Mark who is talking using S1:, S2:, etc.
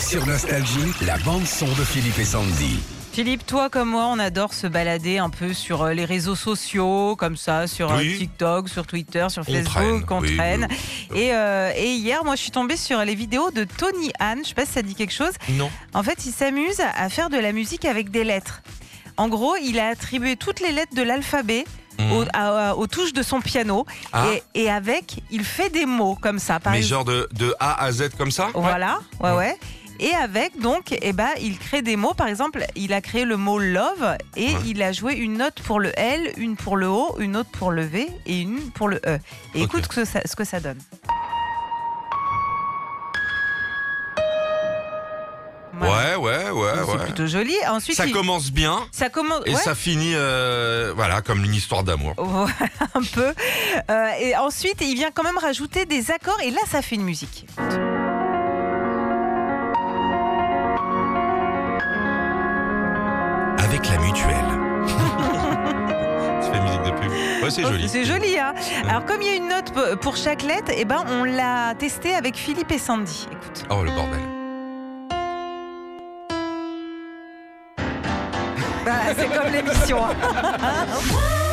S1: Sur Nostalgie, la bande-son de Philippe et Sandy.
S2: Philippe, toi comme moi, on adore se balader un peu sur euh, les réseaux sociaux, comme ça, sur euh,
S3: Oui.
S2: TikTok, sur Twitter, sur
S3: On
S2: Facebook,
S3: traîne,
S2: on
S3: oui,
S2: traîne.
S3: oui,
S2: Et, euh, et hier, moi, je suis tombée sur les vidéos de Tony Han. Je sais pas si ça dit quelque chose.
S3: Non.
S2: En fait, il s'amuse à faire de la musique avec des lettres. En gros, il a attribué toutes les lettres de l'alphabet aux, à- aux touches de son piano.
S3: Mmh. Ah.
S2: Et, et avec, il fait des mots comme ça. Par
S3: Mais
S2: exemple.
S3: genre de, de A à Z comme ça
S2: Voilà, ouais, ouais. Et avec, donc, eh ben, il crée des mots. Par exemple, il a créé le mot love et
S3: Ouais.
S2: il a joué une note pour le L, une pour le O, une autre pour le V et une pour le E. Et
S3: Ok.
S2: écoute ce que ça, ce que ça donne. Voilà.
S3: Ouais, ouais, ouais,
S2: Donc, C'est
S3: ouais.
S2: plutôt joli. Ensuite,
S3: Ça
S2: il-
S3: commence bien
S2: ça commence.
S3: et
S2: ouais.
S3: ça finit, euh, voilà, comme une histoire d'amour.
S2: Voilà, un peu. Euh, et ensuite, il vient quand même rajouter des accords et là, ça fait une musique.
S1: Avec la mutuelle.
S3: Ça fait musique de pub. Ouais, c'est
S2: Oh,
S3: joli. Mmh.
S2: C'est joli, hein Alors, comme il y a une note p- pour chaque lettre, eh ben, on l'a testé avec Philippe et Sandy. Écoute.
S3: Oh, le bordel.
S2: Voilà, c'est comme l'émission. hein.